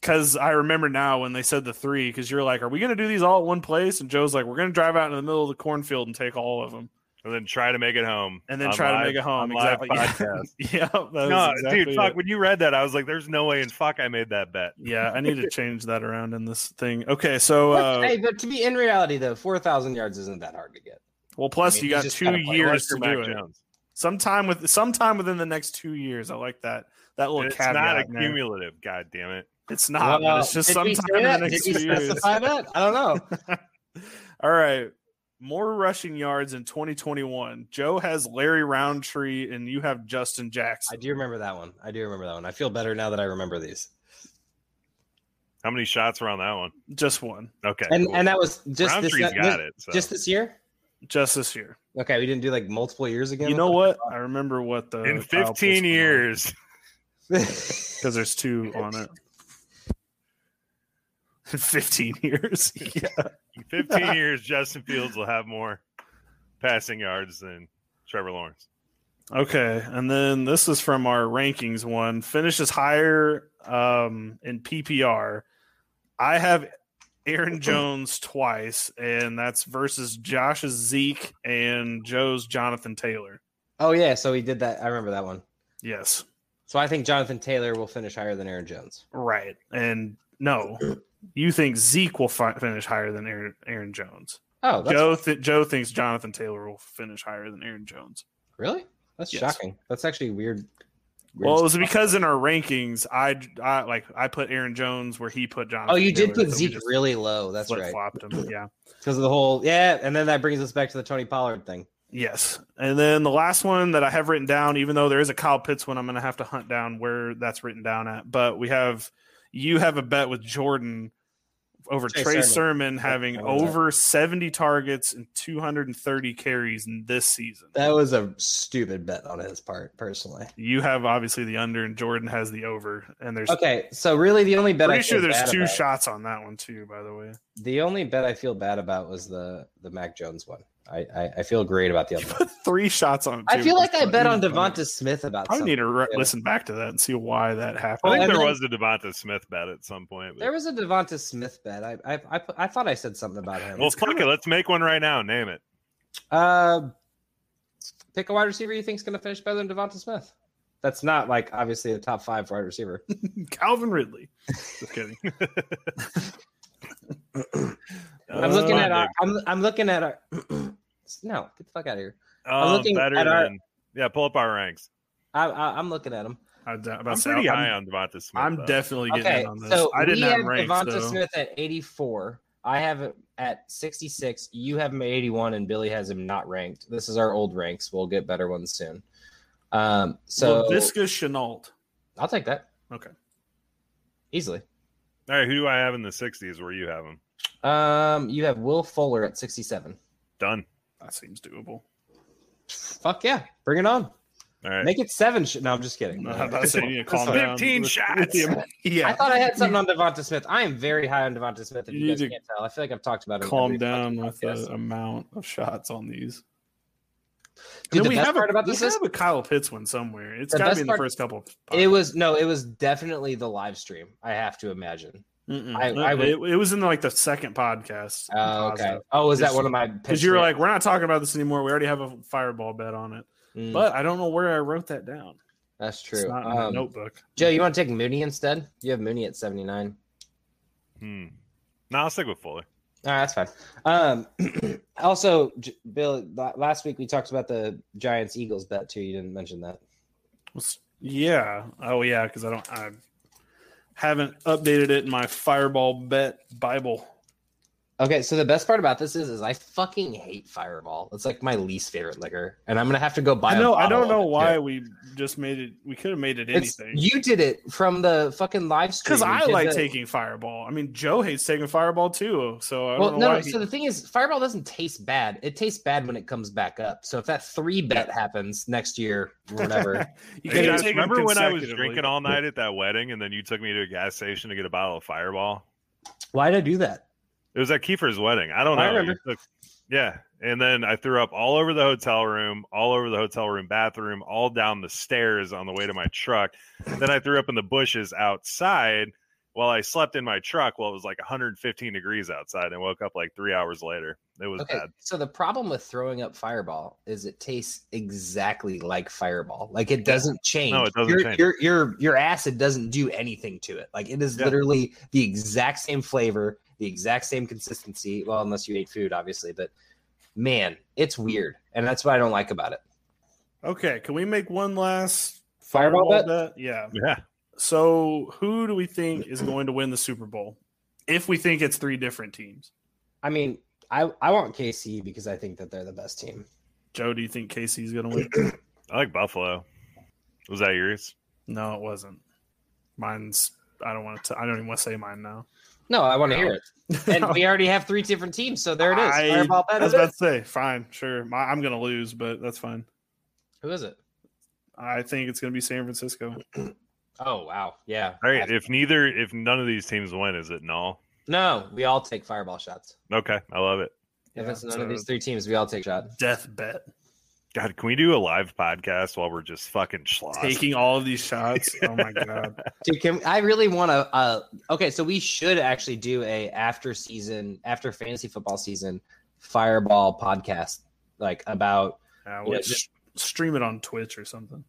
S2: because I remember now when they said the three, because you're like, are we going to do these all at one place? And Joe's like, we're going to drive out in the middle of the cornfield and take all of them
S1: and then try to make it home,
S2: and then
S1: on
S2: try to
S1: live-
S2: make it
S1: on
S2: home.
S1: live
S2: Exactly. *laughs*
S1: podcast.
S2: *laughs* yeah. that was
S1: no,
S2: exactly
S1: dude, fuck.
S2: it.
S1: When you read that, I was like, "There's no way in fuck I made that bet."
S2: Yeah. I
S3: *laughs*
S2: need to change that around in this thing. Okay. So,
S3: But,
S2: uh,
S3: hey, but to be in reality though, four thousand yards isn't that hard to get.
S2: well, plus
S3: I mean,
S2: you
S3: you
S2: got
S3: just
S2: two
S3: gotta play
S2: years to
S1: Unless you're
S2: do
S1: Mac
S2: it.
S1: Jones.
S2: Sometime with sometime within the next two years. I like that. That little
S1: And It's
S2: caveat.
S1: not
S2: in there.
S1: accumulative. God damn it.
S2: It's not. Ah, but
S3: Well,
S2: it's just
S3: did we say
S2: sometime in the
S3: that?
S2: next
S3: Did
S2: two
S3: we
S2: years.
S3: specify that? I don't know.
S2: All right. More rushing yards in 2021. Joe has Larry Roundtree and you have Justin
S3: *laughs* I
S2: Jackson.
S3: do remember that one. I do remember that one. I feel better now that I remember these.
S1: How many shots were on that one?
S2: Just one.
S1: Okay.
S3: And
S1: cool.
S3: and that was just
S1: Roundtree's
S3: this
S1: got it. So.
S3: just this year.
S2: Just this year.
S3: Okay, we didn't do like multiple years again.
S2: You know what? I remember what the
S1: in 15
S2: *laughs*
S1: years.
S2: because there's two on it. In 15 years. yeah.
S1: In 15 years, Justin Fields will have more passing yards than Trevor Lawrence.
S2: Okay. And then this is from our rankings one. Finishes higher um in PPR. I have
S3: *clears throat*
S2: Aaron Jones twice, and that's versus Josh's Zeke and Joe's Jonathan Taylor.
S3: *laughs* Oh yeah, so we did that. I remember that one.
S2: Yes.
S3: So I think Jonathan Taylor will finish higher than Aaron Jones.
S2: Right. And no, you think Zeke will fi- finish higher than Aaron, Aaron Jones.
S3: Oh, that's
S2: Joe th- Joe thinks Jonathan Taylor will finish higher than Aaron Jones.
S3: really? That's
S2: Yes.
S3: shocking. That's actually weird. weird
S2: Well, it was
S3: stuff.
S2: because in our rankings, I, I like I put Aaron Jones where he put Jonathan.
S3: oh, you did
S2: Taylor,
S3: put
S2: so we
S3: Zeke
S2: just
S3: really low. That's right.
S2: flip-flopped
S3: *clears throat*
S2: him. Yeah.
S3: Because of the whole yeah, and then that brings us back to the Tony Pollard thing.
S2: Yes. And then the last one that I have written down, even though there is a Kyle Pitts one, I'm going to have to hunt down where that's written down at. But we have, you have a bet with Jordan over
S3: Trey
S2: Trey,
S3: Sermon.
S2: Sermon, having
S3: I remember that.
S2: over 70 targets and 230 carries in this season.
S3: That was a stupid bet on his part, personally.
S2: you have obviously the under, and Jordan has the over. And there's,
S3: Okay, so really the only bet I
S2: pretty
S3: feel
S2: sure
S3: bad
S2: there's two
S3: about-
S2: shots on that one, too, by the way.
S3: The only bet I feel bad about was the the Mac Jones one. I I, I feel great about the other.
S2: You
S3: one.
S2: put three shots on.
S3: *laughs* I
S2: two,
S3: feel
S2: which
S3: like I
S2: is
S3: bet on
S2: funny.
S3: Devonta Smith about
S2: Probably
S3: something.
S2: need to re-
S3: yeah.
S2: listen back to that and see why that
S1: I
S2: happened.
S1: think
S3: Well,
S1: there
S3: and
S1: was a Devonta Smith bet at some point.
S3: Oh, There
S1: But,
S3: was a Devonta Smith bet. I I I, put- I thought I said something about him.
S1: well, fuck it. Let's make one right now. Name it.
S3: Uh, pick a wide receiver you think's going to finish better than Devonta Smith. That's not like obviously a top five wide receiver.
S2: Calvin Ridley. Just kidding. *laughs*
S3: I'm looking
S1: Uh,
S3: at our. I'm, I'm looking at our. *clears throat* no, get the fuck out of here.
S1: Um,
S3: looking
S1: better
S3: at our-
S1: than- yeah, pull up our ranks.
S3: I, I, I'm looking at him.
S2: I'm, d- about
S1: I'm
S2: to say,
S1: pretty
S2: I'm-
S1: high on Devonta Smith.
S2: I'm
S1: though.
S2: definitely getting
S3: Okay,
S2: in on this.
S3: so
S2: I did
S3: we
S2: not
S3: have
S2: rank
S3: Devonta
S2: so. *laughs*
S3: Smith at 84. I have it at 66. You have him at 81, and Billy has him not ranked. This is our old ranks. We'll get better ones soon. Um, so
S2: LaVisca Chenault.
S3: I'll take that.
S2: Okay.
S3: Easily.
S1: All right, who do I have in the 60s where you have him?
S3: Um, you have Will Fuller at 67.
S1: Done.
S2: That seems
S3: *laughs*
S2: doable.
S3: Fuck yeah, bring it on.
S1: All right.
S3: Make it seven. Sh- no, I'm just kidding.
S2: No, I'm about to say, you need to calm
S3: fine.
S2: down.
S1: 15
S2: With-
S1: shots.
S2: with the-
S3: *laughs* I
S2: yeah.
S3: thought I had something on Devonta Smith. I am very high on Devonta Smith. If
S2: You
S3: you,
S2: need
S3: guys
S2: to
S3: can't tell, I feel like I've talked about him.
S2: Calm
S3: every
S2: down
S3: fucking
S2: with the
S3: podcast.
S2: amount of shots on these.
S3: Dude,
S2: And
S3: the
S2: we
S3: best
S2: have a,
S3: part about
S2: we
S3: this is
S2: have a Kyle Pitts one somewhere. It's
S3: The
S2: got to
S3: best
S2: be in the
S3: part-
S2: first couple. Of
S3: it was no, it was definitely the live stream. I have to imagine
S2: Mm-mm.
S3: I- I would-
S2: it, it was in like the second podcast. I'm
S3: Oh, okay.
S2: positive.
S3: Oh, is that
S2: Just-
S3: one of my?
S2: Because you were like, we're not talking about this anymore. We already have a fireball bet on it.
S3: Mm,
S2: But I don't know where I wrote that down.
S3: that's
S2: It's
S3: true.
S2: not in my
S3: Um,
S2: notebook.
S3: Joe, you want to take Mooney instead? You have Mooney at seventy nine.
S1: Hmm. No, I'll stick with Fuller.
S3: All right, that's fine. Um, *clears throat* also, J- Bill, la- last week we talked about the Giants Eagles bet too. You didn't mention that.
S2: Was- Yeah. Oh yeah, because I don't I haven't updated it in my fireball bet Bible.
S3: Okay, so the best part about this is, is I fucking hate Fireball. It's like my least favorite liquor, and I'm gonna have to go buy.
S2: I
S3: a
S2: know I
S3: bottle
S2: don't
S3: of
S2: know
S3: it, too.
S2: why we just made it we could have made it
S3: It's,
S2: anything.
S3: you did it from the fucking live stream.
S2: Because
S3: You
S2: I
S3: did
S2: like
S3: the-
S2: taking fireball. I mean Joe hates taking fireball too, so I don't
S3: Well,
S2: know
S3: no.
S2: why
S3: no, So the thing is, Fireball doesn't taste bad. It tastes bad when it comes back up. So if that three bet happens next year,
S2: *laughs*
S3: or whatever.
S2: he, you
S1: Hey,
S2: can't
S1: guys,
S2: take 'em
S1: remember when I was
S2: consecutively.
S1: drinking all night at that wedding, and then you took me to a gas station to get a bottle of Fireball?
S3: why did I do that?
S1: It was at Kiefer's wedding. I don't know.
S3: I remember.
S1: You took- yeah, and then I threw up all over the hotel room, all over the hotel room bathroom, all down the stairs on the way to my truck. Then I threw up in the bushes outside while I slept in my truck while it was like 115 degrees outside, and woke up like three hours later. It was
S3: Okay,
S1: bad. *laughs*
S3: so the problem with throwing up Fireball is it tastes exactly like Fireball. Like it doesn't change.
S1: No, it doesn't
S3: your,
S1: change.
S3: Your your your acid doesn't do anything to it. Like it is
S1: Yeah.
S3: literally the exact same flavor, the exact same consistency. Well, unless you ate food, obviously. But man, it's weird, and that's what I don't like about it.
S2: Okay, can we make one last
S3: Fireball bet?
S2: Yeah.
S1: Yeah,
S2: So who do we think is going to win the Super Bowl? If we think it's three different teams.
S3: I mean, I I want KC because I think that they're the best team.
S2: Joe, do you think KC's gonna
S3: *clears throat*
S2: win?
S1: I like Buffalo. Was that yours?
S2: No, it wasn't. Mine's. I don't want to. I don't even want to say mine now.
S3: No, I want to hear it.
S1: *laughs*
S3: And we already have three different teams, so there it is.
S2: I-
S3: Fireball bet
S2: I was
S3: is
S2: about
S3: it.
S2: to say, fine, sure. My, I'm gonna lose, but that's fine.
S3: Who is it?
S2: I think it's gonna be San Francisco.
S3: Oh wow, yeah.
S1: All right. If neither, if none of these teams win, is it null?
S3: No, we all take fireball shots.
S1: Okay, I love it.
S3: If
S2: Yeah,
S3: it's none
S2: so
S3: of these three teams, we all take shots.
S2: death bet,
S1: God, can we do a live podcast while we're just fucking schloss?
S2: taking all of these shots. *laughs* Oh my god!
S3: Dude, can I really want to? Uh, okay, so we should actually do a after season, after fantasy football season, fireball podcast, like about
S2: Yeah, we'll
S3: Yeah,
S2: s- stream it on Twitch or something.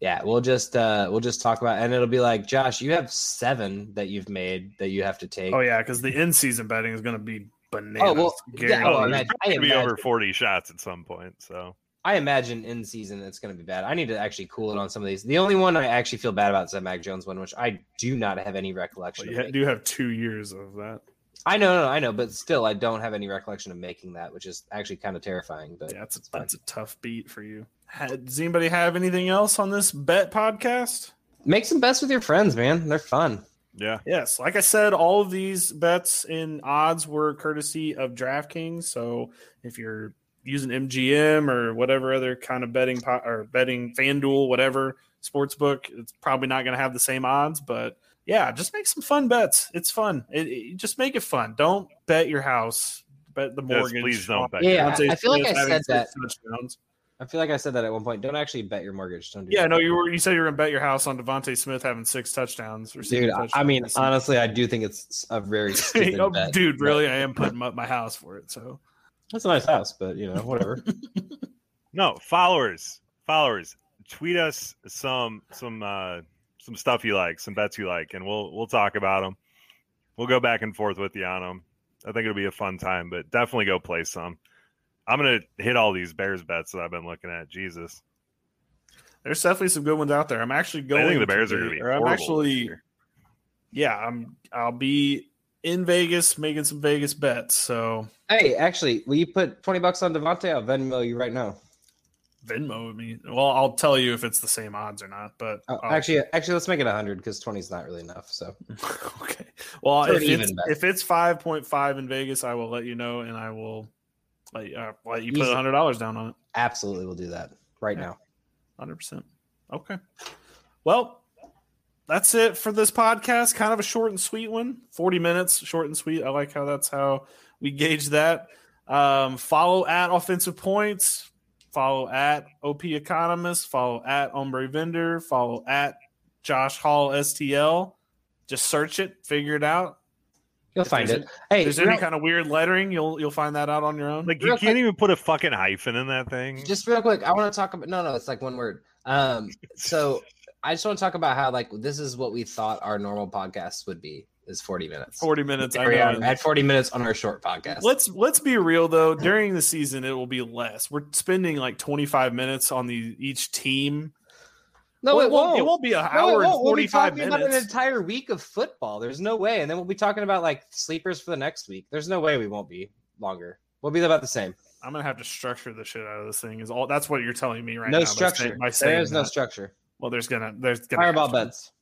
S3: yeah. We'll just uh, we'll just talk about, and it'll be like Josh, you have seven that you've made that you have to take.
S2: Oh yeah, because the in season betting is gonna be bananas.
S3: Oh, well, yeah,
S2: guaranteed.
S3: oh,
S1: there's
S3: I, imagine, I,
S1: It'd be over
S3: imagine,
S1: forty shots at some point. So
S3: I imagine in season it's going to be bad. I need to actually cool it on some of these. The only one I actually feel bad about is that Mac Jones one, which I do not have any
S2: But
S3: recollection.
S2: you
S3: of
S2: ha- do have two years of that.
S3: I know, no, I know, but still, I don't have any recollection of making that, which is actually kind of terrifying. But
S2: Yeah, that's a,
S3: fine.
S2: that's a tough beat for you. Ha- Does anybody have anything else on this bet podcast?
S3: make some bets with your friends, man. They're fun.
S1: yeah,
S2: Yes, like I said, all of these bets and odds were courtesy of DraftKings. So if you're using MGM or whatever other kind of betting po- or betting FanDuel, whatever sportsbook, it's probably not going to have the same odds. But yeah, just make some fun bets. It's fun. It, it- just make it fun. Don't bet your house. Bet the
S1: Yes,
S2: mortgage.
S1: please don't bet.
S3: Yeah,
S1: Yeah,
S3: I feel like I
S2: Having
S3: said that.
S2: touchdowns.
S3: I feel like I said that at one point. Don't actually bet your mortgage. Don't do
S2: Yeah,
S3: that.
S2: no, you were you said you were gonna bet your house on Devonte Smith having six touchdowns. receiving
S3: dude. I- I
S2: touchdowns.
S3: mean, honestly, I do think it's
S2: *laughs*
S3: a very stupid
S2: Oh,
S3: bet.
S2: dude,
S3: but
S2: really, I am putting up my house for it. So
S3: That's a nice house, but you know,
S2: *laughs*
S3: whatever.
S1: no followers, followers, tweet us some some uh some stuff you like, some bets you like, and we'll we'll talk about them. We'll go back and forth with you on them. I think it'll be a fun time, but definitely go play some. I'm gonna hit all these Bears bets that I've been looking at. Jesus,
S2: there's definitely some good ones out there. I'm actually going.
S1: I think the Bears are gonna be.
S2: or I'm
S1: horrible
S2: actually,
S1: this year.
S2: yeah, I'm. I'll be in Vegas making some Vegas bets. So
S3: hey, actually, will you put twenty bucks on Devontae? I'll Venmo you right now.
S2: Venmo me. Well, I'll tell you if it's the same odds or not. But
S3: Oh,
S2: I'll-
S3: Actually, actually, let's make it hundred because twenty is not really enough. So
S2: *laughs* okay. Well,
S3: So
S2: if
S3: an even
S2: it's,
S3: bet.
S2: if it's five point five in Vegas, I will let you know, and I will let you, uh, let you put
S3: Easy.
S2: hundred dollars down on it.
S3: absolutely, we'll do that right
S2: Yeah.
S3: now.
S2: Hundred percent. Okay. Well, that's it for this podcast. Kind of a short and sweet one. Forty minutes, short and sweet. I like how that's how we gauge that. Um, follow at offensive points. Follow at op economist. Follow at ombre vendor. Follow at Josh Hall STL. Just search it, figure it out.
S3: You'll
S2: If
S3: find
S2: there's
S3: it. Hey,
S2: If there's
S3: you
S2: any
S3: know-
S2: kind of weird lettering, you'll you'll find that out on your own.
S1: Like you
S3: Real
S1: can't even put a fucking hyphen in that thing.
S3: just real quick i want to talk about no no it's like one word um so i just want to talk about how like this is what we thought our normal podcasts would be is 40 minutes
S2: Forty minutes. I
S3: Here we
S2: know.
S3: are at 40 minutes on our short podcast
S2: Let's let's be real though. During the season, it will be less. We're spending like 25 minutes on the each team.
S3: no
S2: Well,
S3: it won't
S2: It won't be an
S3: No, it
S2: hour and
S3: won't. We'll be
S2: 45
S3: talking about an
S2: minutes.
S3: entire week of football. There's no way, and then we'll be talking about like sleepers for the next week. There's no way we won't be longer. We'll be about the same.
S2: I'm gonna have to structure the shit out of this thing. Is all that's what you're telling me right
S3: no
S2: now. by say-
S3: structure.
S2: By saying
S3: there is no
S2: that.
S3: structure.
S2: well, there's gonna there's gonna have
S3: Fireball
S2: to-
S3: bets.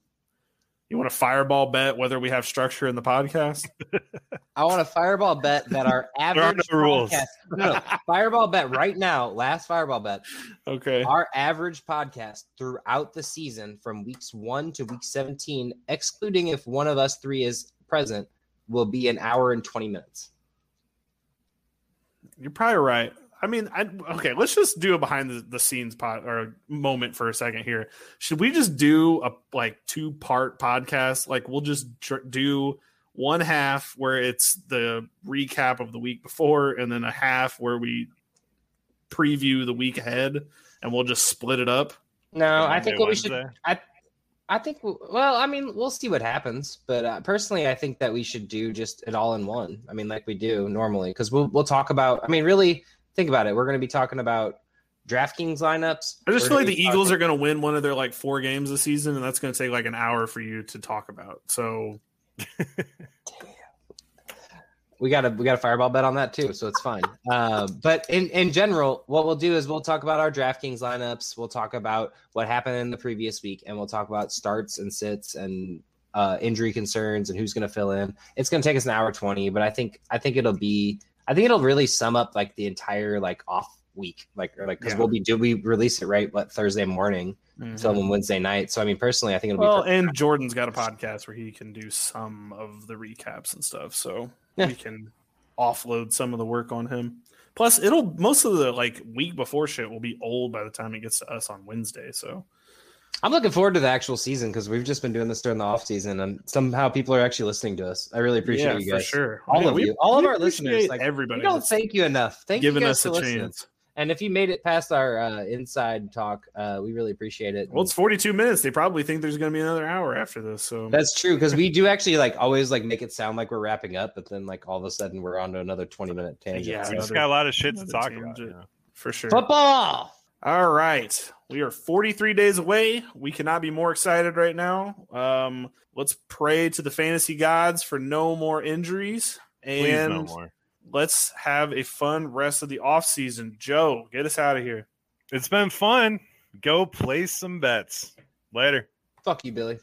S2: You want a fireball bet whether we have structure in the podcast? *laughs*
S3: I want a fireball bet that our
S1: are
S3: average
S1: no rules.
S3: podcast- No, no, fireball bet right now. Last fireball bet.
S2: Okay.
S3: Our average podcast throughout the season from weeks one to week 17, excluding if one of us three is present, will be an hour and 20 minutes.
S2: You're probably right. I mean, I okay. Let's just do a behind the, the scenes pod or moment for a second here. Should we just do a like two part podcast? Like we'll just tr- do one half where it's the recap of the week before, and then a half where we preview the week ahead, and we'll just split it up.
S3: No, I
S1: Monday,
S3: think what we should.
S1: Wednesday.
S3: I think. Well, I mean, we'll see what happens, but uh, personally, I think that we should do just it all in one. I mean, like we do normally, because we'll we'll talk about. I mean, really think about it. We're going to be talking about DraftKings lineups.
S2: I just
S3: We're
S2: feel like
S3: gonna
S2: the
S3: be
S2: Eagles
S3: talking-
S2: are going to win one of their like four games this season, and that's going to take like an hour for you to talk about. So
S3: We got a we got a fireball bet on that too, so
S2: *laughs*
S3: it's fine. uh, but in in general, what we'll do is we'll talk about our DraftKings lineups. We'll talk about what happened in the previous week, and we'll talk about starts and sits and uh, injury concerns and who's going to fill in. It's going to take us an hour twenty, but I think I think it'll be I think it'll really sum up like the entire like off week, like or, like because
S2: Yeah.
S3: we'll be do we release it right what Thursday morning, film on Wednesday night. So I mean, personally, I think it'll
S2: Mm-hmm. Well,
S3: be.
S2: and Jordan's got a podcast where he can do some of the recaps and stuff, so
S3: Yeah.
S2: we can offload some of the work on him. Plus, it'll most of the like week before shit will be old by the time it gets to us on Wednesday. So
S3: I'm looking forward to the actual season because we've just been doing this during the off season, and somehow people are actually listening to us. I really appreciate
S2: Yeah,
S3: you guys.
S2: for sure.
S3: All
S2: Man,
S3: of
S2: we-
S3: you, all of
S2: we
S3: our listeners,
S2: appreciate
S3: like
S2: everybody,
S3: We don't
S2: that's
S3: thank you enough. Thank you
S2: giving
S3: guys
S2: us
S3: for
S2: a
S3: listening.
S2: chance.
S3: And if you made it past our uh, inside talk, uh, we really appreciate it.
S2: Well, it's forty-two minutes. They probably think there's going to be another hour after this. So
S3: that's true
S2: *laughs*
S3: because we do actually like always like make it sound like we're wrapping up, but then like all of a sudden we're on to another 20 minute tangent.
S2: Yeah.
S3: So-
S1: we just got a lot of shit to
S2: another
S1: talk about.
S2: tangent.
S1: you know.
S2: for sure.
S3: Football.
S2: All right. We are 43 days away. We cannot be more excited right now. Um, let's pray to the fantasy gods for no more injuries.
S1: Please
S2: And
S1: no more.
S2: let's have a fun rest of the offseason. Joe, get us out of here.
S1: It's been fun. Go place some bets. Later.
S3: Fuck you, Billy.